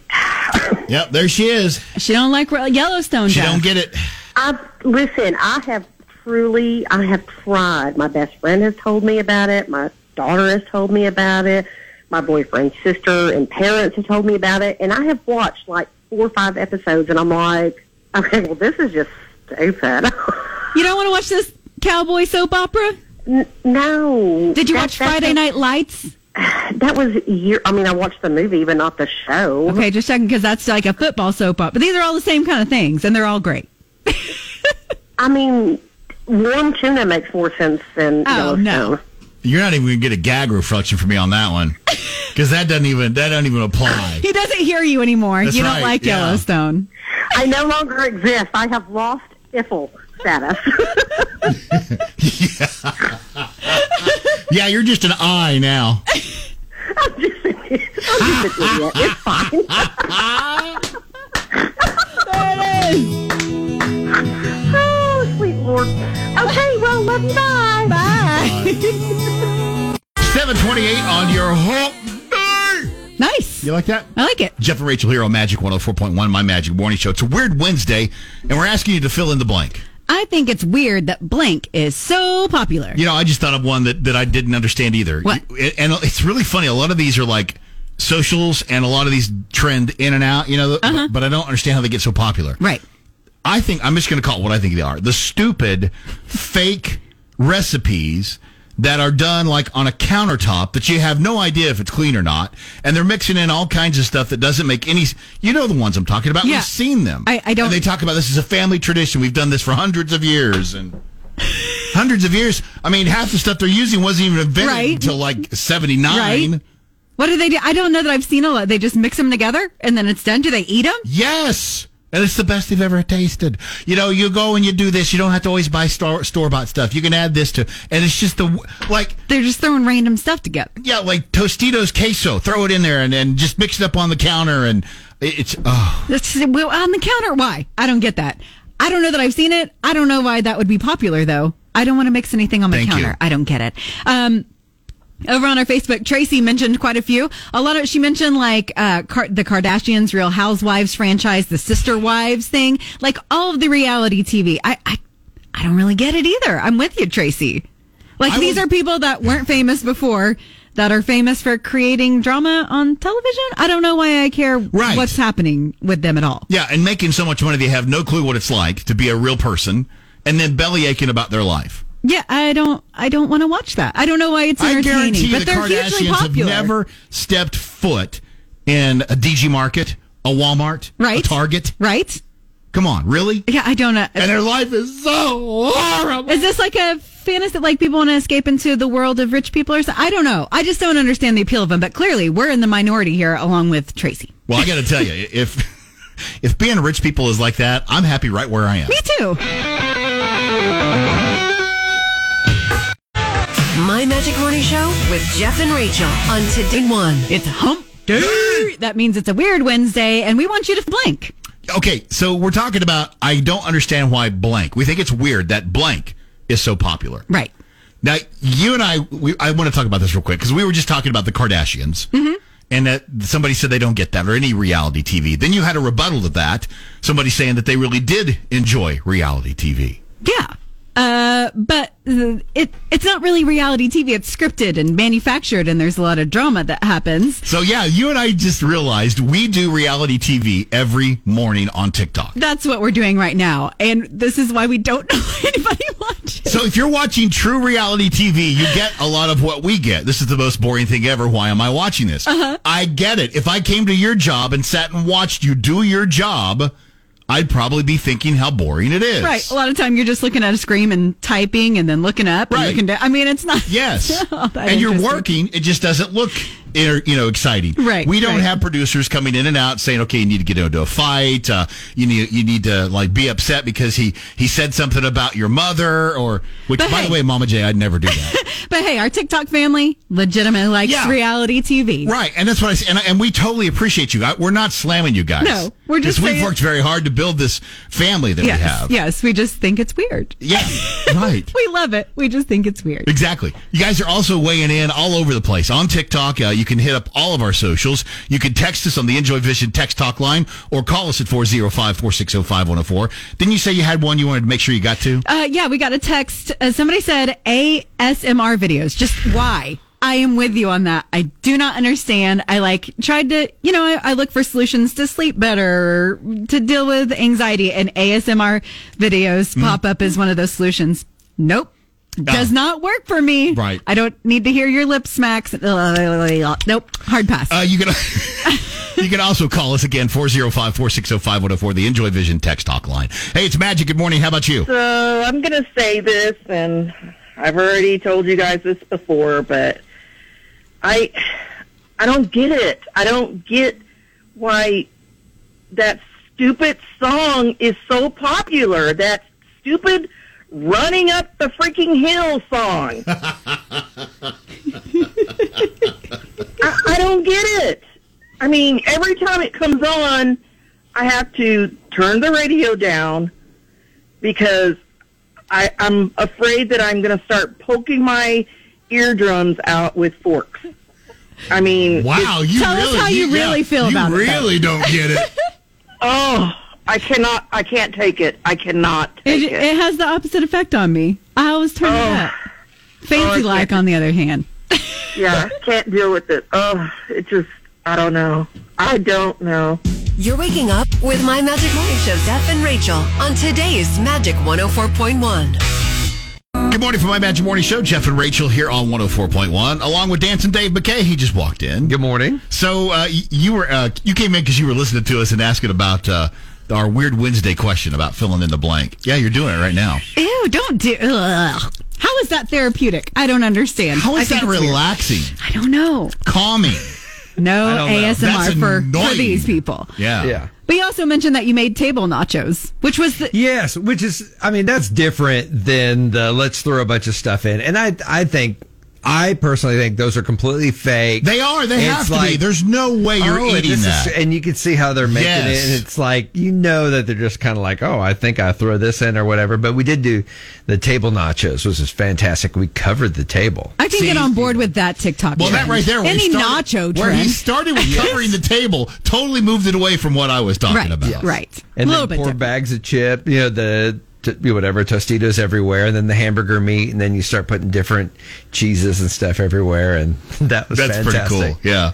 [SPEAKER 2] Yep, there she is.
[SPEAKER 5] She don't like Re- Yellowstone.
[SPEAKER 2] She
[SPEAKER 5] Jeff.
[SPEAKER 2] don't get it.
[SPEAKER 9] I listen. I have truly, I have tried. My best friend has told me about it. My daughter has told me about it. My boyfriend's sister and parents have told me about it, and I have watched like four or five episodes, and I'm like, okay, well, this is just stupid. [laughs]
[SPEAKER 5] you don't want to watch this cowboy soap opera?
[SPEAKER 9] N- no.
[SPEAKER 5] Did you
[SPEAKER 9] That-
[SPEAKER 5] watch
[SPEAKER 9] that's
[SPEAKER 5] Friday
[SPEAKER 9] a-
[SPEAKER 5] Night Lights?
[SPEAKER 9] That was year. I mean, I watched the movie, but not the show.
[SPEAKER 5] Okay, just checking because that's like a football soap opera. But these are all the same kind of things, and they're all great.
[SPEAKER 9] I mean, warm tuna makes more sense than
[SPEAKER 5] Oh,
[SPEAKER 9] Yellowstone.
[SPEAKER 5] no.
[SPEAKER 2] You're not even gonna get a gag reflection from me on that one, because that doesn't even that doesn't even apply.
[SPEAKER 5] He doesn't hear you anymore.
[SPEAKER 2] That's
[SPEAKER 5] you don't
[SPEAKER 2] right,
[SPEAKER 5] like
[SPEAKER 2] yeah.
[SPEAKER 5] Yellowstone.
[SPEAKER 9] I no longer exist. I have lost IFL status. [laughs]
[SPEAKER 2] Yeah, you're just an eye now.
[SPEAKER 9] I'm just an idiot. I'm just an idiot. It's fine. Oh, sweet Lord. Okay, well, love you. Bye. Bye.
[SPEAKER 2] 728 on your whole day.
[SPEAKER 5] Nice.
[SPEAKER 2] You like that?
[SPEAKER 5] I like it.
[SPEAKER 2] Jeff and Rachel here on Magic 104.1, my Magic Morning Show. It's a weird Wednesday, and we're asking you to fill in the blank.
[SPEAKER 5] I think it's weird that blank is so popular.
[SPEAKER 2] You know, I just thought of one that, that I didn't understand either.
[SPEAKER 5] What?
[SPEAKER 2] You- And it's really funny. A lot of these are like socials, and a lot of these trend in and out, you know, but I don't understand how they get so popular.
[SPEAKER 5] Uh-huh. Right.
[SPEAKER 2] I think, I'm just going to call it what I think they are the stupid, fake recipes that are done like on a countertop that you have no idea if it's clean or not. And they're mixing in all kinds of stuff that doesn't make any s- You know the ones I'm talking about.
[SPEAKER 5] Yeah.
[SPEAKER 2] We've seen them.
[SPEAKER 5] I- I don't-
[SPEAKER 2] And they talk about this is a family tradition. We've done this for hundreds of years and. Hundreds of years. I mean, half the stuff they're using wasn't even invented
[SPEAKER 5] Right.
[SPEAKER 2] until like '79.
[SPEAKER 5] Right. What do they do? I don't know that I've seen a lot. They just mix them together and then it's done. Do they eat them?
[SPEAKER 2] Yes. And it's the best they've ever tasted. You know, you go and you do this. You don't have to always buy store store bought stuff. You can add this to, and it's just the like,
[SPEAKER 5] They're just throwing random stuff together.
[SPEAKER 2] yeah, like Tostitos queso. Throw it in there and, and just mix it up on the counter. And It- It's oh,
[SPEAKER 5] That's well, on the counter. Why? I don't get that. I don't know that I've seen it. I don't know why that would be popular though. I don't want to mix anything on my
[SPEAKER 2] Thank you.
[SPEAKER 5] counter. I don't get it. Um, over on our Facebook, Tracy mentioned quite a few. A lot of she mentioned like uh, Car- the Kardashians, Real Housewives franchise, the Sister Wives thing, like all of the reality TV. I I, I don't really get it either. I'm with you, Tracy. Like
[SPEAKER 2] I
[SPEAKER 5] these
[SPEAKER 2] was-
[SPEAKER 5] are people that weren't famous before that are famous for creating drama on television. I don't know why I care
[SPEAKER 2] Right.
[SPEAKER 5] what's happening with them at all.
[SPEAKER 2] yeah, and making so much money they have no clue what it's like to be a real person, and then belly aching about their life.
[SPEAKER 5] Yeah, I don't. I don't want to watch that. I don't know why it's
[SPEAKER 2] I
[SPEAKER 5] entertaining,
[SPEAKER 2] guarantee you
[SPEAKER 5] but
[SPEAKER 2] the
[SPEAKER 5] they're
[SPEAKER 2] Kardashians
[SPEAKER 5] hugely
[SPEAKER 2] have
[SPEAKER 5] popular.
[SPEAKER 2] never stepped foot in a DG Market, a Walmart,
[SPEAKER 5] right?
[SPEAKER 2] a Target.
[SPEAKER 5] right?
[SPEAKER 2] Come on, really?
[SPEAKER 5] Yeah, I don't know.
[SPEAKER 2] And their life is so horrible.
[SPEAKER 5] Is this like a fantasy? Like people want to escape into the world of rich people, or something? I don't know. I just don't understand the appeal of them. But clearly, we're in the minority here, along with Tracy.
[SPEAKER 2] Well, I got to tell you, if if being rich people is like that, I'm happy right where I am.
[SPEAKER 5] Me too.
[SPEAKER 1] My Magic Morning Show with Jeff and Rachel on Today One.
[SPEAKER 5] It's hump day.
[SPEAKER 2] [gasps]
[SPEAKER 5] That means it's a weird Wednesday, and we want you to blink.
[SPEAKER 2] Okay, so we're talking about I don't understand why blank. We think it's weird that blank is so popular.
[SPEAKER 5] Right.
[SPEAKER 2] Now, you and I, we, I want to talk about this real quick because we were just talking about the Kardashians. And that somebody said they don't get that or any reality TV. Then you had a rebuttal to that. Somebody saying that they really did enjoy reality TV.
[SPEAKER 5] Yeah. Uh, but uh, it it's not really reality TV. It's scripted and manufactured, and there's a lot of drama that happens.
[SPEAKER 2] So yeah, you and I just realized we do reality TV every morning on TikTok.
[SPEAKER 5] That's what we're doing right now, and this is why we don't [laughs] know anybody watches.
[SPEAKER 2] So if you're watching true reality TV, you get a lot of what we get. This is the most boring thing ever. Why am I watching this?
[SPEAKER 5] Uh-huh.
[SPEAKER 2] I get it. If I came to your job and sat and watched you do your job, I'd probably be thinking how boring it is.
[SPEAKER 5] Right, a [laughs] lot of time you're just looking at a screen and typing, and then looking up. And
[SPEAKER 2] Right.
[SPEAKER 5] looking down. I mean, it's not. [laughs]
[SPEAKER 2] Yes.
[SPEAKER 5] all Oh, that
[SPEAKER 2] and you're
[SPEAKER 5] interesting.
[SPEAKER 2] working, it just doesn't look inter- you know exciting.
[SPEAKER 5] Right,
[SPEAKER 2] We don't
[SPEAKER 5] right.
[SPEAKER 2] have producers coming in and out saying, "Okay, you need to get into a fight. Uh, you need you need to like be upset because he he said something about your mother or which
[SPEAKER 5] But
[SPEAKER 2] by
[SPEAKER 5] hey.
[SPEAKER 2] the way, Mama J, I'd never do that."
[SPEAKER 5] But hey, our TikTok family legitimately likes
[SPEAKER 2] Yeah.
[SPEAKER 5] reality TV.
[SPEAKER 2] Right, and that's what I s- and, I- and we totally appreciate you. I, we're not slamming you guys.
[SPEAKER 5] No, we're just
[SPEAKER 2] 'Cause we've
[SPEAKER 5] saying-
[SPEAKER 2] worked very hard to build this family that we
[SPEAKER 5] Yes,
[SPEAKER 2] have.
[SPEAKER 5] yes, we just think it's weird.
[SPEAKER 2] yeah, right.
[SPEAKER 5] [laughs] We love it. We just think it's weird.
[SPEAKER 2] Exactly. You guys are also weighing in all over the place on TikTok. Uh, you can hit up all of our socials. You can text us on the Enjoy Vision text talk line or call us at 405-460-5104. Didn't you say you had one you wanted to make sure you got to?
[SPEAKER 5] Uh, yeah, we got a text. Uh, somebody said ASMR videos. Just why? I am with you on that. I do not understand. I like tried to, you know, I, I look for solutions to sleep better, to deal with anxiety, and ASMR videos
[SPEAKER 2] Mm-hmm.
[SPEAKER 5] pop up as one of those solutions. Nope. Does
[SPEAKER 2] Ah.
[SPEAKER 5] not work for me.
[SPEAKER 2] Right.
[SPEAKER 5] I don't need to hear your lip smacks. Nope. Hard pass.
[SPEAKER 2] Uh, you can [laughs] you can also call us again 405-460-5104 the Enjoy Vision text talk line. Hey, it's Magic. Good morning. How about you?
[SPEAKER 8] So I'm going to say this, and I've already told you guys this before, but I, I don't get it. I don't get why that stupid song is so popular. That stupid running up the freaking hill song. I, I don't get it. I mean, every time it comes on, I have to turn the radio down because I, I'm afraid that I'm going to start poking my eardrums out with forks. I mean,
[SPEAKER 2] Wow, you
[SPEAKER 5] Tell us
[SPEAKER 2] really,
[SPEAKER 5] how you really feel about it,
[SPEAKER 2] You really don't get it.
[SPEAKER 5] [laughs]
[SPEAKER 8] oh, I cannot, I can't take it. I cannot
[SPEAKER 5] it,
[SPEAKER 8] take it.
[SPEAKER 5] it has the opposite effect on me. I always turn
[SPEAKER 2] Oh.
[SPEAKER 5] it up. Fancy like, on the other hand.
[SPEAKER 8] Yeah, can't deal with it. Oh, it just, I don't know. I don't know.
[SPEAKER 1] You're waking up with My Magic Morning Show, Jeff and Rachel on today's Magic 104.1.
[SPEAKER 2] Good morning from my Magic Morning Show. Jeff and Rachel here on 104.1, along with Dance and Dave McKay. He just walked in.
[SPEAKER 10] Good morning.
[SPEAKER 2] So uh, y- you were uh, you came in because you were listening to us and asking about uh, our weird Wednesday question about filling in the blank. Yeah, you're doing it right now.
[SPEAKER 5] Ew, don't do. Ugh. How is that therapeutic? I don't understand.
[SPEAKER 2] How
[SPEAKER 5] I
[SPEAKER 2] is
[SPEAKER 5] think
[SPEAKER 2] that
[SPEAKER 5] it's weird.
[SPEAKER 2] relaxing,
[SPEAKER 5] I don't know.
[SPEAKER 2] calming?
[SPEAKER 5] No
[SPEAKER 10] don't know.
[SPEAKER 5] ASMR
[SPEAKER 2] That's
[SPEAKER 5] for, for
[SPEAKER 2] annoying.
[SPEAKER 5] these people.
[SPEAKER 2] Yeah,
[SPEAKER 10] Yeah.
[SPEAKER 5] But you also mentioned that you made table nachos, which was the.
[SPEAKER 10] Yes, which is, I mean, that's different than the let's throw a bunch of stuff in. And I, I think I personally think those are completely fake.
[SPEAKER 2] They are. They
[SPEAKER 10] It's
[SPEAKER 2] have to
[SPEAKER 10] like,
[SPEAKER 2] be. There's no way you're
[SPEAKER 10] oh,
[SPEAKER 2] eating
[SPEAKER 10] this is-
[SPEAKER 2] that.
[SPEAKER 10] and you can see how they're making
[SPEAKER 2] Yes.
[SPEAKER 10] it. And it's like, you know that they're just kind of like, oh, I think I throw this in or whatever. But we did do the table nachos, which is fantastic. We covered the table.
[SPEAKER 5] I can
[SPEAKER 2] See-
[SPEAKER 5] get on board with that TikTok.
[SPEAKER 2] well, that
[SPEAKER 5] trend.
[SPEAKER 2] right there. Where
[SPEAKER 5] Any
[SPEAKER 2] he started,
[SPEAKER 5] nacho
[SPEAKER 2] Where
[SPEAKER 5] trend.
[SPEAKER 2] he started
[SPEAKER 10] [laughs]
[SPEAKER 2] with
[SPEAKER 5] Yes.
[SPEAKER 2] covering the table, totally moved it away from what I was talking
[SPEAKER 5] Right.
[SPEAKER 2] about.
[SPEAKER 5] Right.
[SPEAKER 10] And
[SPEAKER 5] a little bit.
[SPEAKER 10] then four
[SPEAKER 5] different.
[SPEAKER 10] bags of chip, you know, the t- whatever, Tostitos everywhere, and then the hamburger meat, and then you start putting different cheeses and stuff everywhere. And [laughs] that was
[SPEAKER 2] That's
[SPEAKER 10] fantastic.
[SPEAKER 2] pretty cool. Yeah.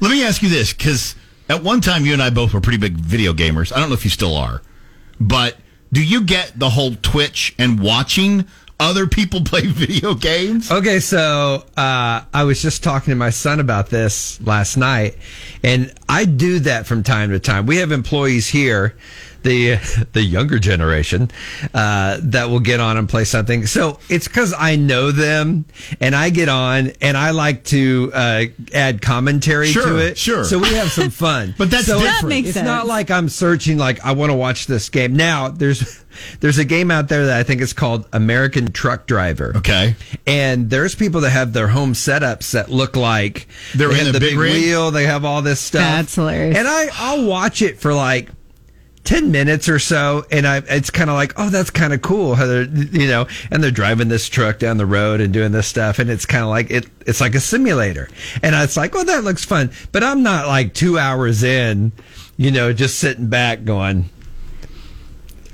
[SPEAKER 2] Let me ask you this because at one time you and I both were pretty big video gamers. I don't know if you still are, but do you get the whole Twitch and watching other people [laughs] play video games?
[SPEAKER 10] Okay, so uh, I was just talking to my son about this last night, and I do that from time to time. We have employees here, the [laughs] the younger generation, uh, that will get on and play something. So it's because I know them, and I get on, and I like to uh, add commentary
[SPEAKER 2] Sure,
[SPEAKER 10] to it.
[SPEAKER 2] sure.
[SPEAKER 10] So we have some fun.
[SPEAKER 2] [laughs] But that's
[SPEAKER 10] so
[SPEAKER 2] That
[SPEAKER 10] it's-
[SPEAKER 5] makes
[SPEAKER 10] it's
[SPEAKER 5] sense.
[SPEAKER 10] not like I'm searching like I want to watch this game. Now there's [laughs] there's a game out there that I think is called American Truck Driver.
[SPEAKER 2] Okay.
[SPEAKER 10] And there's people that have their home setups that look like
[SPEAKER 2] They're
[SPEAKER 10] they
[SPEAKER 2] in the
[SPEAKER 10] have the
[SPEAKER 2] big
[SPEAKER 10] big
[SPEAKER 2] rig?
[SPEAKER 10] wheel. They have all this stuff.
[SPEAKER 5] That's hilarious.
[SPEAKER 10] And I I'll watch it for like. 10 minutes or so and I it's kind of like oh that's kind of cool how they're you know and they're driving this truck down the road and doing this stuff and it's kind of like it it's like a simulator and it's like oh that looks fun but I'm not like 2 hours in you know just sitting back going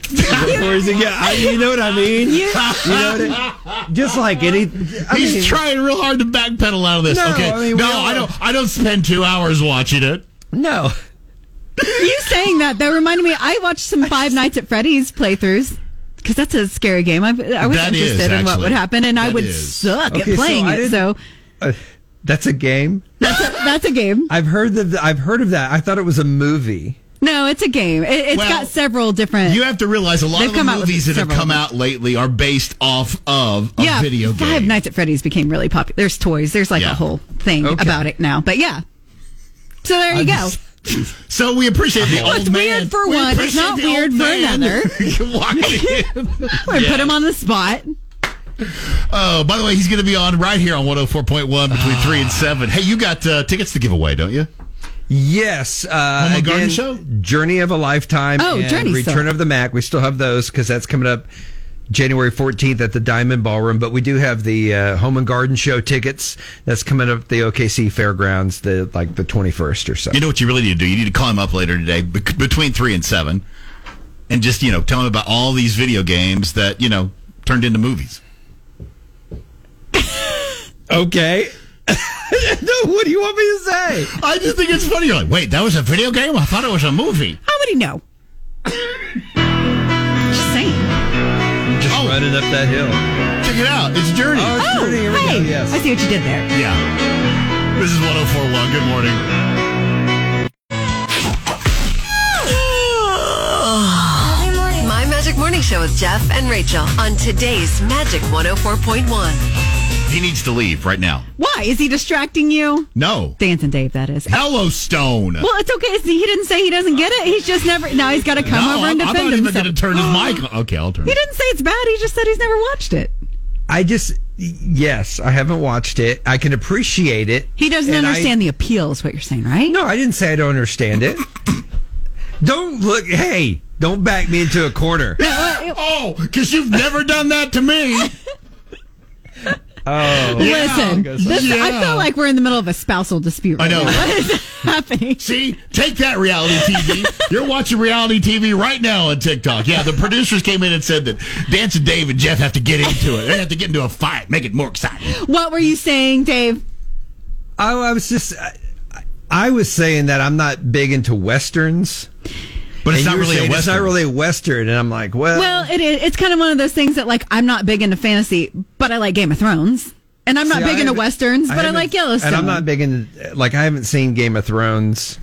[SPEAKER 10] where's he going? I, you know what I mean you, know what I, just like any I
[SPEAKER 2] He's
[SPEAKER 10] mean-
[SPEAKER 2] trying real hard to backpedal out of this.
[SPEAKER 10] No,
[SPEAKER 2] okay.
[SPEAKER 10] I mean, we
[SPEAKER 2] no,
[SPEAKER 10] all-
[SPEAKER 2] I don't. I don't spend two hours watching it.
[SPEAKER 10] No.
[SPEAKER 5] You saying that that reminded me. I watched some Five Nights at Freddy's playthrough. Because that's a scary game. I, I was
[SPEAKER 2] That is,
[SPEAKER 5] interested in what
[SPEAKER 2] actually.
[SPEAKER 5] would happen, and I
[SPEAKER 2] That
[SPEAKER 5] would
[SPEAKER 2] is.
[SPEAKER 5] suck
[SPEAKER 10] Okay,
[SPEAKER 5] at
[SPEAKER 10] so
[SPEAKER 5] playing
[SPEAKER 10] I
[SPEAKER 5] it.
[SPEAKER 10] didn't-
[SPEAKER 5] So
[SPEAKER 10] Uh, that's a game.
[SPEAKER 5] that's a, that's a game.
[SPEAKER 10] I've heard that. I've heard of that. I thought it was a movie.
[SPEAKER 5] No, it's a game. It, has
[SPEAKER 2] Well,
[SPEAKER 5] got several different.
[SPEAKER 2] You have to realize a lot
[SPEAKER 5] They've
[SPEAKER 2] of the
[SPEAKER 5] come out with
[SPEAKER 2] movies that have
[SPEAKER 5] several
[SPEAKER 2] come
[SPEAKER 5] of them.
[SPEAKER 2] out lately are based off of a video game.
[SPEAKER 5] Five Nights at Freddy's became really popular. There's toys. There's like
[SPEAKER 2] Yeah.
[SPEAKER 5] a whole thing
[SPEAKER 10] Okay.
[SPEAKER 5] about it now. But yeah. So there you go.
[SPEAKER 2] So we appreciate the old
[SPEAKER 5] What's
[SPEAKER 2] man.
[SPEAKER 5] weird for
[SPEAKER 2] we
[SPEAKER 5] one is
[SPEAKER 2] appreciate
[SPEAKER 5] not
[SPEAKER 2] the old
[SPEAKER 5] weird for
[SPEAKER 2] man
[SPEAKER 5] another.
[SPEAKER 2] [laughs] walking in.
[SPEAKER 5] I put him on the spot.
[SPEAKER 2] Oh, by the way, he's going to be on right here on 104.1 between 3 and 7. Hey, you got uh, tickets to give away, don't you?
[SPEAKER 10] Yes. Uh,
[SPEAKER 2] Home and Garden Show?
[SPEAKER 10] Journey of a Lifetime.
[SPEAKER 5] Oh,
[SPEAKER 10] and
[SPEAKER 5] Journey
[SPEAKER 10] Return
[SPEAKER 5] still.
[SPEAKER 10] of the Mac. We still have those because that's coming up January 14th at the Diamond Ballroom. But we do have the uh, Home and Garden Show tickets. That's coming up at the OKC Fairgrounds, the like the 21st or so.
[SPEAKER 2] You know what you really need to do? You need to call him up later today bec- between 3 and 7 and just, you know, tell him about all these video games that, you know, turned into movies.
[SPEAKER 10] Okay. [laughs] no, what do you want me to say?
[SPEAKER 2] I just think it's funny. You're like, wait, that was a video game? I thought it was a movie.
[SPEAKER 5] How would he know? Just saying.
[SPEAKER 10] I'm just
[SPEAKER 2] Oh.
[SPEAKER 10] running up that hill.
[SPEAKER 2] [laughs] Check it out. It's Journey.
[SPEAKER 10] Oh,
[SPEAKER 5] Oh,
[SPEAKER 10] Journey, here we go,
[SPEAKER 5] hey.
[SPEAKER 10] yes.
[SPEAKER 5] I see what you did there.
[SPEAKER 2] Yeah. This is 1041. Good morning. [sighs]
[SPEAKER 1] My Magic Morning Show with Jeff and Rachel on today's Magic 104.1.
[SPEAKER 2] He needs to leave right now.
[SPEAKER 5] Why? Is he distracting you?
[SPEAKER 2] No.
[SPEAKER 5] Dancing Dave, that is.
[SPEAKER 2] Yellowstone.
[SPEAKER 5] Well, it's okay. It's- He didn't say he doesn't get it. He's just never. Now he's got to come
[SPEAKER 2] no,
[SPEAKER 5] over
[SPEAKER 2] I'm
[SPEAKER 5] and
[SPEAKER 2] I'm
[SPEAKER 5] defend
[SPEAKER 2] not even
[SPEAKER 5] himself.
[SPEAKER 2] going to turn his
[SPEAKER 5] [gasps]
[SPEAKER 2] mic on. Okay, I'll turn
[SPEAKER 5] He
[SPEAKER 2] it
[SPEAKER 5] didn't say it's bad. He just said he's never watched it.
[SPEAKER 10] I just yes, I haven't watched it. I can appreciate it.
[SPEAKER 5] He doesn't
[SPEAKER 10] And I-
[SPEAKER 5] understand the appeal, is what you're saying, right?
[SPEAKER 10] no, I didn't say I don't understand it. don't look. Hey, don't back me into a corner.
[SPEAKER 5] Uh,
[SPEAKER 2] Oh, because you've never done that to me.
[SPEAKER 5] [laughs] Listen,
[SPEAKER 10] I guess so.
[SPEAKER 5] this, I
[SPEAKER 2] Yeah.
[SPEAKER 5] feel like we're in the middle of a spousal dispute.
[SPEAKER 2] I
[SPEAKER 5] Right
[SPEAKER 2] know.
[SPEAKER 5] Now. [laughs] What is happening?
[SPEAKER 2] See, take that reality TV. You're watching reality TV right now on TikTok. Yeah, the producers came in and said that Dance and Dave and Jeff have to get into it. They have to get into a fight, make it more exciting.
[SPEAKER 5] What were you saying, Dave?
[SPEAKER 10] I, I was just. I, I was saying that I'm not big into westerns.
[SPEAKER 2] But it's
[SPEAKER 10] And
[SPEAKER 2] not
[SPEAKER 10] you were
[SPEAKER 2] really a
[SPEAKER 10] saying
[SPEAKER 2] western.
[SPEAKER 10] It's not really a western, and I'm like, well,
[SPEAKER 5] Well, it is. It's kind of one of those things that, like, I'm not big into fantasy, but I like Game of Thrones, and I'm not
[SPEAKER 10] see,
[SPEAKER 5] big into
[SPEAKER 10] haven't-
[SPEAKER 5] westerns, but I,
[SPEAKER 10] haven't-
[SPEAKER 5] like Yellowstone.
[SPEAKER 10] And I'm not big into like I haven't seen Game of Thrones.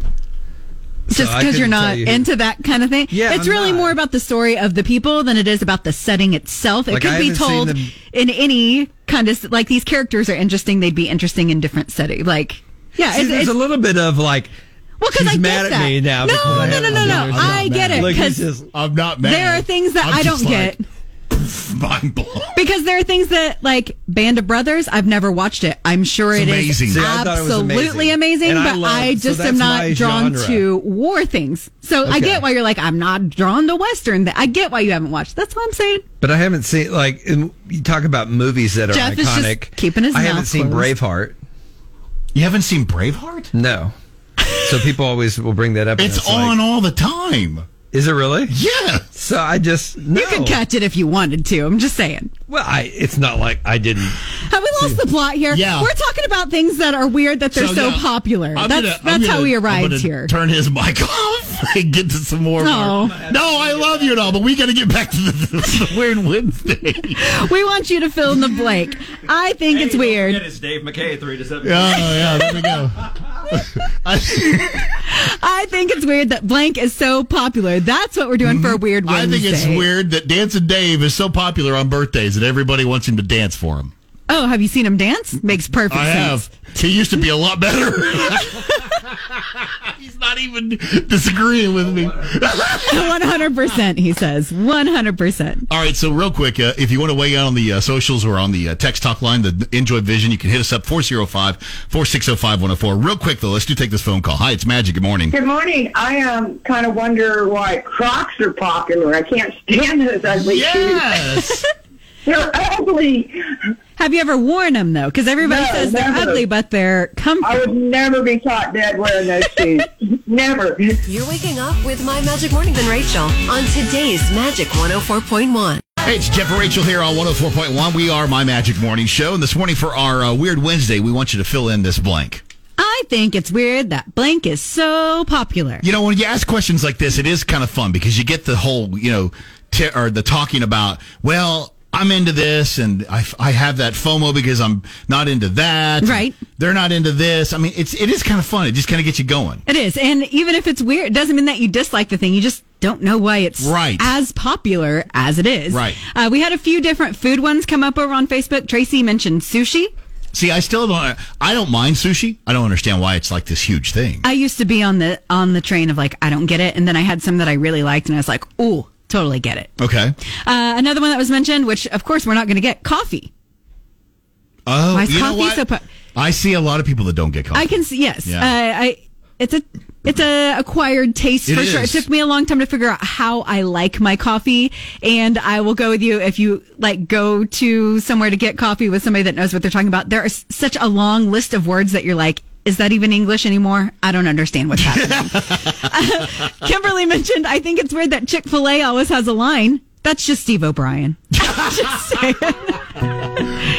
[SPEAKER 5] just
[SPEAKER 10] so I
[SPEAKER 5] because you're
[SPEAKER 10] couldn't
[SPEAKER 5] not
[SPEAKER 10] tell you.
[SPEAKER 5] into that kind of thing.
[SPEAKER 10] Yeah,
[SPEAKER 5] it's
[SPEAKER 10] I'm
[SPEAKER 5] really
[SPEAKER 10] not.
[SPEAKER 5] more about the story of the people than it is about the setting itself. It
[SPEAKER 10] Like,
[SPEAKER 5] could
[SPEAKER 10] I
[SPEAKER 5] be
[SPEAKER 10] haven't seen
[SPEAKER 5] told
[SPEAKER 10] them-
[SPEAKER 5] in any kind of like these characters are interesting. They'd be interesting in different setting. Like, yeah,
[SPEAKER 10] See,
[SPEAKER 5] it's,
[SPEAKER 10] there's
[SPEAKER 5] it's-
[SPEAKER 10] a little bit of like.
[SPEAKER 5] Well, 'cause
[SPEAKER 10] she's
[SPEAKER 5] I get
[SPEAKER 10] mad at
[SPEAKER 5] that.
[SPEAKER 10] me now.
[SPEAKER 5] No,
[SPEAKER 10] because
[SPEAKER 5] no,
[SPEAKER 10] I
[SPEAKER 5] no,
[SPEAKER 10] haven't
[SPEAKER 5] no,
[SPEAKER 10] seen
[SPEAKER 5] no.
[SPEAKER 10] her.
[SPEAKER 5] I get it,
[SPEAKER 10] Look, he's
[SPEAKER 5] 'cause-
[SPEAKER 10] just-
[SPEAKER 2] I'm not mad.
[SPEAKER 5] there are things that
[SPEAKER 2] I'm
[SPEAKER 5] I
[SPEAKER 2] just
[SPEAKER 5] don't
[SPEAKER 2] like, [laughs]
[SPEAKER 5] get.
[SPEAKER 2] mind blown.
[SPEAKER 5] Because there are things that, like Band of Brothers, I've never watched it. I'm sure
[SPEAKER 2] It's
[SPEAKER 5] it is
[SPEAKER 2] amazing. See,
[SPEAKER 10] I thought it was
[SPEAKER 5] absolutely
[SPEAKER 10] amazing.
[SPEAKER 5] amazing,
[SPEAKER 10] And I
[SPEAKER 5] but
[SPEAKER 10] love-
[SPEAKER 5] I,
[SPEAKER 10] so
[SPEAKER 5] just
[SPEAKER 10] that's
[SPEAKER 5] am
[SPEAKER 10] my
[SPEAKER 5] not drawn
[SPEAKER 10] genre.
[SPEAKER 5] to war things. So I
[SPEAKER 10] Okay.
[SPEAKER 5] get why you're like, I'm not drawn to Western. I get why you haven't watched. That's all I'm saying.
[SPEAKER 10] But I haven't seen like in- you talk about movies that are
[SPEAKER 5] Jeff is just
[SPEAKER 10] iconic.
[SPEAKER 5] keeping his
[SPEAKER 10] I
[SPEAKER 5] mouth
[SPEAKER 10] haven't seen
[SPEAKER 5] closed.
[SPEAKER 10] Braveheart.
[SPEAKER 2] You haven't seen Braveheart?
[SPEAKER 10] No. So people always will bring that up. and
[SPEAKER 2] It's,
[SPEAKER 10] like,
[SPEAKER 2] on all the time.
[SPEAKER 10] Is it really?
[SPEAKER 2] Yeah.
[SPEAKER 10] So I just no.
[SPEAKER 5] You could catch it if you wanted to. I'm just saying.
[SPEAKER 10] Well, I, it's not like I didn't.
[SPEAKER 5] Have we lost the plot here?
[SPEAKER 2] Yeah.
[SPEAKER 5] We're talking about things that are weird that they're so,
[SPEAKER 2] yeah,
[SPEAKER 5] popular.
[SPEAKER 2] I'm
[SPEAKER 5] that's
[SPEAKER 2] gonna- I'm
[SPEAKER 5] that's how
[SPEAKER 2] gonna-
[SPEAKER 5] we
[SPEAKER 2] I'm
[SPEAKER 5] arrived
[SPEAKER 2] gonna
[SPEAKER 5] here.
[SPEAKER 2] Turn his mic [laughs] off and get to some more.
[SPEAKER 5] No.
[SPEAKER 2] no, I love you and all, but we got to get back to the, the Weird
[SPEAKER 5] [laughs]
[SPEAKER 2] Wednesday.
[SPEAKER 5] we want you to fill in the blank. I think it's weird.
[SPEAKER 11] It's Dave McKay, 3 to 7.
[SPEAKER 2] Oh [laughs] yeah, there we go.
[SPEAKER 5] I think it's weird that blank is so popular. That's what we're doing for a weird
[SPEAKER 2] Mm-hmm. I
[SPEAKER 5] Wednesday.
[SPEAKER 2] think it's weird that Dancing Dave is so popular on birthdays that everybody wants him to dance for him.
[SPEAKER 5] Oh, have you seen him dance? Makes perfect
[SPEAKER 2] I
[SPEAKER 5] sense.
[SPEAKER 2] have. He used to be a lot better.
[SPEAKER 5] [laughs]
[SPEAKER 2] [laughs] He's not even disagreeing with
[SPEAKER 5] Oh,
[SPEAKER 2] me.
[SPEAKER 5] [laughs] One hundred percent, he says. One hundred percent.
[SPEAKER 2] All right, so real quick, uh, if you want to weigh in on the uh, socials or on the uh, text talk line, the Enjoy Vision, you can hit us up 405 4605 104. Real quick, though, let's do take this phone call. Hi, it's Magic. Good morning.
[SPEAKER 12] Good morning. I um kind of wonder why Crocs are popular. I can't stand those ugly shoes.
[SPEAKER 2] Yes.
[SPEAKER 12] They're ugly.
[SPEAKER 5] Have you ever worn them though? Because everybody
[SPEAKER 12] No,
[SPEAKER 5] says they're
[SPEAKER 12] never.
[SPEAKER 5] ugly, but they're
[SPEAKER 12] I
[SPEAKER 5] comfortable.
[SPEAKER 12] would never be caught dead wearing those shoes. never.
[SPEAKER 1] You're waking up with My Magic Morning and Rachel on today's Magic 104.1.
[SPEAKER 2] [laughs] Hey, it's Jeff and Rachel here on 104.1. We are My Magic Morning Show. And this morning for our uh, Weird Wednesday, we want you to fill in this blank.
[SPEAKER 5] I think it's weird that blank is so popular.
[SPEAKER 2] You know, when you ask questions like this, it is kind of fun because you get the whole, you know, t- or the talking about, well, I'm into this and I, I have that FOMO because I'm not into that.
[SPEAKER 5] Right.
[SPEAKER 2] They're not into this. I mean, it's, it is kind of fun. It just kind of gets you going.
[SPEAKER 5] It is. And even if it's weird, it doesn't mean that you dislike the thing. You just don't know why it's
[SPEAKER 2] Right.
[SPEAKER 5] as popular as it is.
[SPEAKER 2] Right.
[SPEAKER 5] Uh, we had a few different food ones come up over on Facebook. Tracy mentioned sushi.
[SPEAKER 2] See, I still don't, I don't mind sushi. I don't understand why it's like this huge thing.
[SPEAKER 5] I used to be on the on the train of like I don't get it, and then I had some that I really liked, and I was like, ooh, totally get it.
[SPEAKER 2] Okay.
[SPEAKER 5] Uh, another one that was mentioned, which of course we're not going to get coffee.
[SPEAKER 2] Oh,
[SPEAKER 5] Why is
[SPEAKER 2] you know
[SPEAKER 5] coffee
[SPEAKER 2] what?
[SPEAKER 5] so po-
[SPEAKER 2] I see a lot of people that don't get coffee.
[SPEAKER 5] I can see yes.
[SPEAKER 2] Yeah.
[SPEAKER 5] Uh, I it's a it's a acquired taste
[SPEAKER 2] It
[SPEAKER 5] for sure. It
[SPEAKER 2] is.
[SPEAKER 5] took me a long time to figure out how I like my coffee, and I will go with you if you like go to somewhere to get coffee with somebody that knows what they're talking about. There is such a long list of words that you're like. Is that even English anymore? I don't understand what's happening.
[SPEAKER 2] [laughs]
[SPEAKER 5] [laughs] Kimberly mentioned, I think it's weird that Chick fil A always has a line. That's just Steve O'Brien. just saying.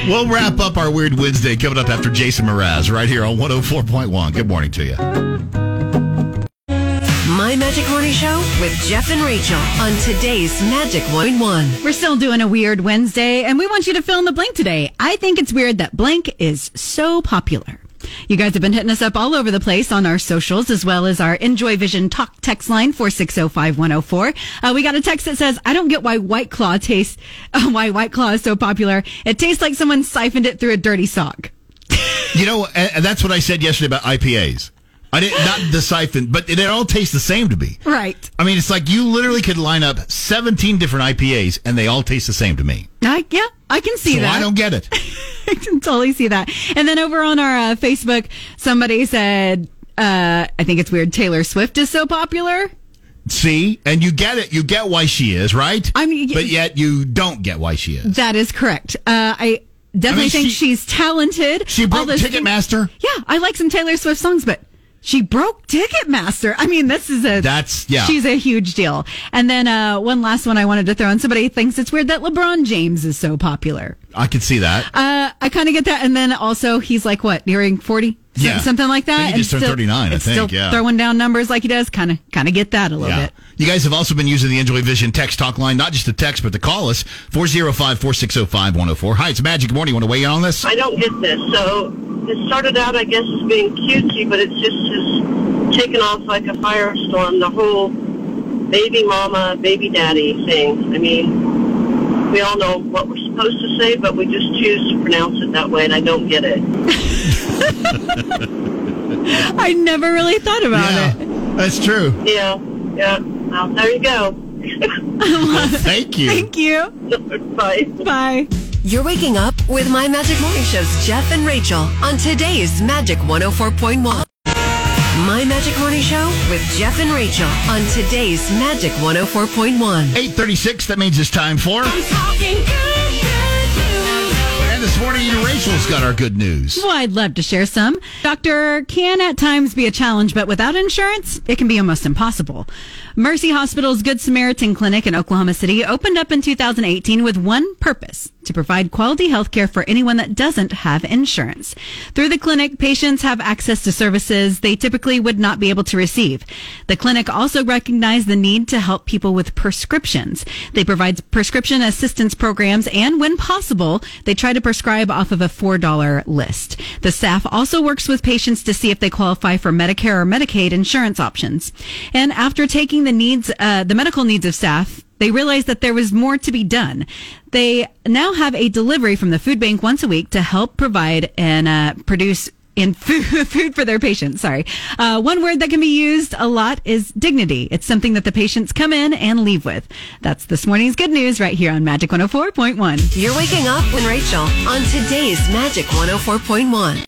[SPEAKER 2] We'll wrap up our Weird Wednesday coming up after Jason Mraz right here on 104.1. Good morning to you.
[SPEAKER 1] My Magic Morning Show with Jeff and Rachel on today's Magic 101.
[SPEAKER 5] We're still doing a weird Wednesday, and we want you to fill in the blank today. I think it's weird that blank is so popular. You guys have been hitting us up all over the place on our socials as well as our Enjoy Vision talk text line 4605104. Uh, we got a text that says, I don't get why White Claw tastes, [laughs] uh, why White Claw is so popular. It tastes like someone siphoned it through a dirty sock.
[SPEAKER 2] You know, and and that's what I said yesterday about IPAs. I did not the siphon, but it all tastes the same to me.
[SPEAKER 5] Right.
[SPEAKER 2] I mean, it's like you literally could line up 17 different IPAs and they all taste the same to me.
[SPEAKER 5] I, yeah, I can see
[SPEAKER 2] So
[SPEAKER 5] that.
[SPEAKER 2] I don't get it.
[SPEAKER 5] [laughs] I can totally see that. And then over on our uh, Facebook, somebody said, uh, I think it's weird Taylor Swift is so popular.
[SPEAKER 2] See? And you get it. You get why she is, right?
[SPEAKER 5] I mean, y-
[SPEAKER 2] but yet you don't get why she is.
[SPEAKER 5] That is correct. Uh, I definitely
[SPEAKER 2] I mean,
[SPEAKER 5] think
[SPEAKER 2] she-
[SPEAKER 5] she's talented.
[SPEAKER 2] She
[SPEAKER 5] All
[SPEAKER 2] broke
[SPEAKER 5] those things-
[SPEAKER 2] Ticketmaster.
[SPEAKER 5] Yeah, I like some Taylor Swift songs, but she broke Ticketmaster. I mean, this is a
[SPEAKER 2] That's- yeah.
[SPEAKER 5] She's a huge deal. And then uh, one last one I wanted to throw in. Somebody thinks it's weird that LeBron James is so popular.
[SPEAKER 2] I could see that.
[SPEAKER 5] Uh, I kind of get that. And then also, he's like what nearing forty,
[SPEAKER 2] Yeah.
[SPEAKER 5] something like
[SPEAKER 2] I
[SPEAKER 5] that.
[SPEAKER 2] think he
[SPEAKER 5] and
[SPEAKER 2] just turned 39, I
[SPEAKER 5] and
[SPEAKER 2] think,
[SPEAKER 5] Still
[SPEAKER 2] yeah.
[SPEAKER 5] throwing down numbers like he does. Kind of, kind of get that a little
[SPEAKER 2] Yeah.
[SPEAKER 5] bit.
[SPEAKER 2] You guys have also been using the Enjoy Vision text talk line, not just to text, but to call us 405 4605 104. Hi, it's Magic Morning. Want to weigh in on this?
[SPEAKER 13] I don't get this. So it started out, I guess, as being cutesy, but it's just has taken off like a firestorm. The whole baby mama, baby daddy thing. I mean, we all know what we're supposed to say, but we just choose to pronounce it that way, and I don't get it.
[SPEAKER 5] I never really thought about it.
[SPEAKER 2] That's true.
[SPEAKER 13] Yeah, yeah. Well, there you go. [laughs]
[SPEAKER 2] Well, thank you.
[SPEAKER 5] [laughs] Thank you.
[SPEAKER 13] Bye.
[SPEAKER 5] Bye.
[SPEAKER 1] You're waking up with My Magic Morning Show's Jeff and Rachel on today's Magic 104.1. My Magic Morning Show with Jeff and Rachel on today's Magic 104.1.
[SPEAKER 2] 836, that means it's time for. And this morning, Rachel's got our good news.
[SPEAKER 5] Well, I'd love to share some. Doctor can at times be a challenge, but without insurance, it can be almost impossible. Mercy Hospital's Good Samaritan Clinic in Oklahoma City opened up in 2018 with one purpose to provide quality health care for anyone that doesn't have insurance. Through the clinic, patients have access to services they typically would not be able to receive. The clinic also recognized the need to help people with prescriptions. They provide prescription assistance programs and when possible, they try to prescribe off of a $4 list. The staff also works with patients to see if they qualify for Medicare or Medicaid insurance options. And after taking the needs, uh, the medical needs of staff, they realized that there was more to be done. They now have a delivery from the food bank once a week to help provide and uh, produce in [laughs] food, food for their patients. Sorry. Uh, one word that can be used a lot is dignity. It's something that the patients come in and leave with. That's this morning's good news right here on Magic 104.1.
[SPEAKER 1] You're waking up with Rachel on today's Magic 104.1.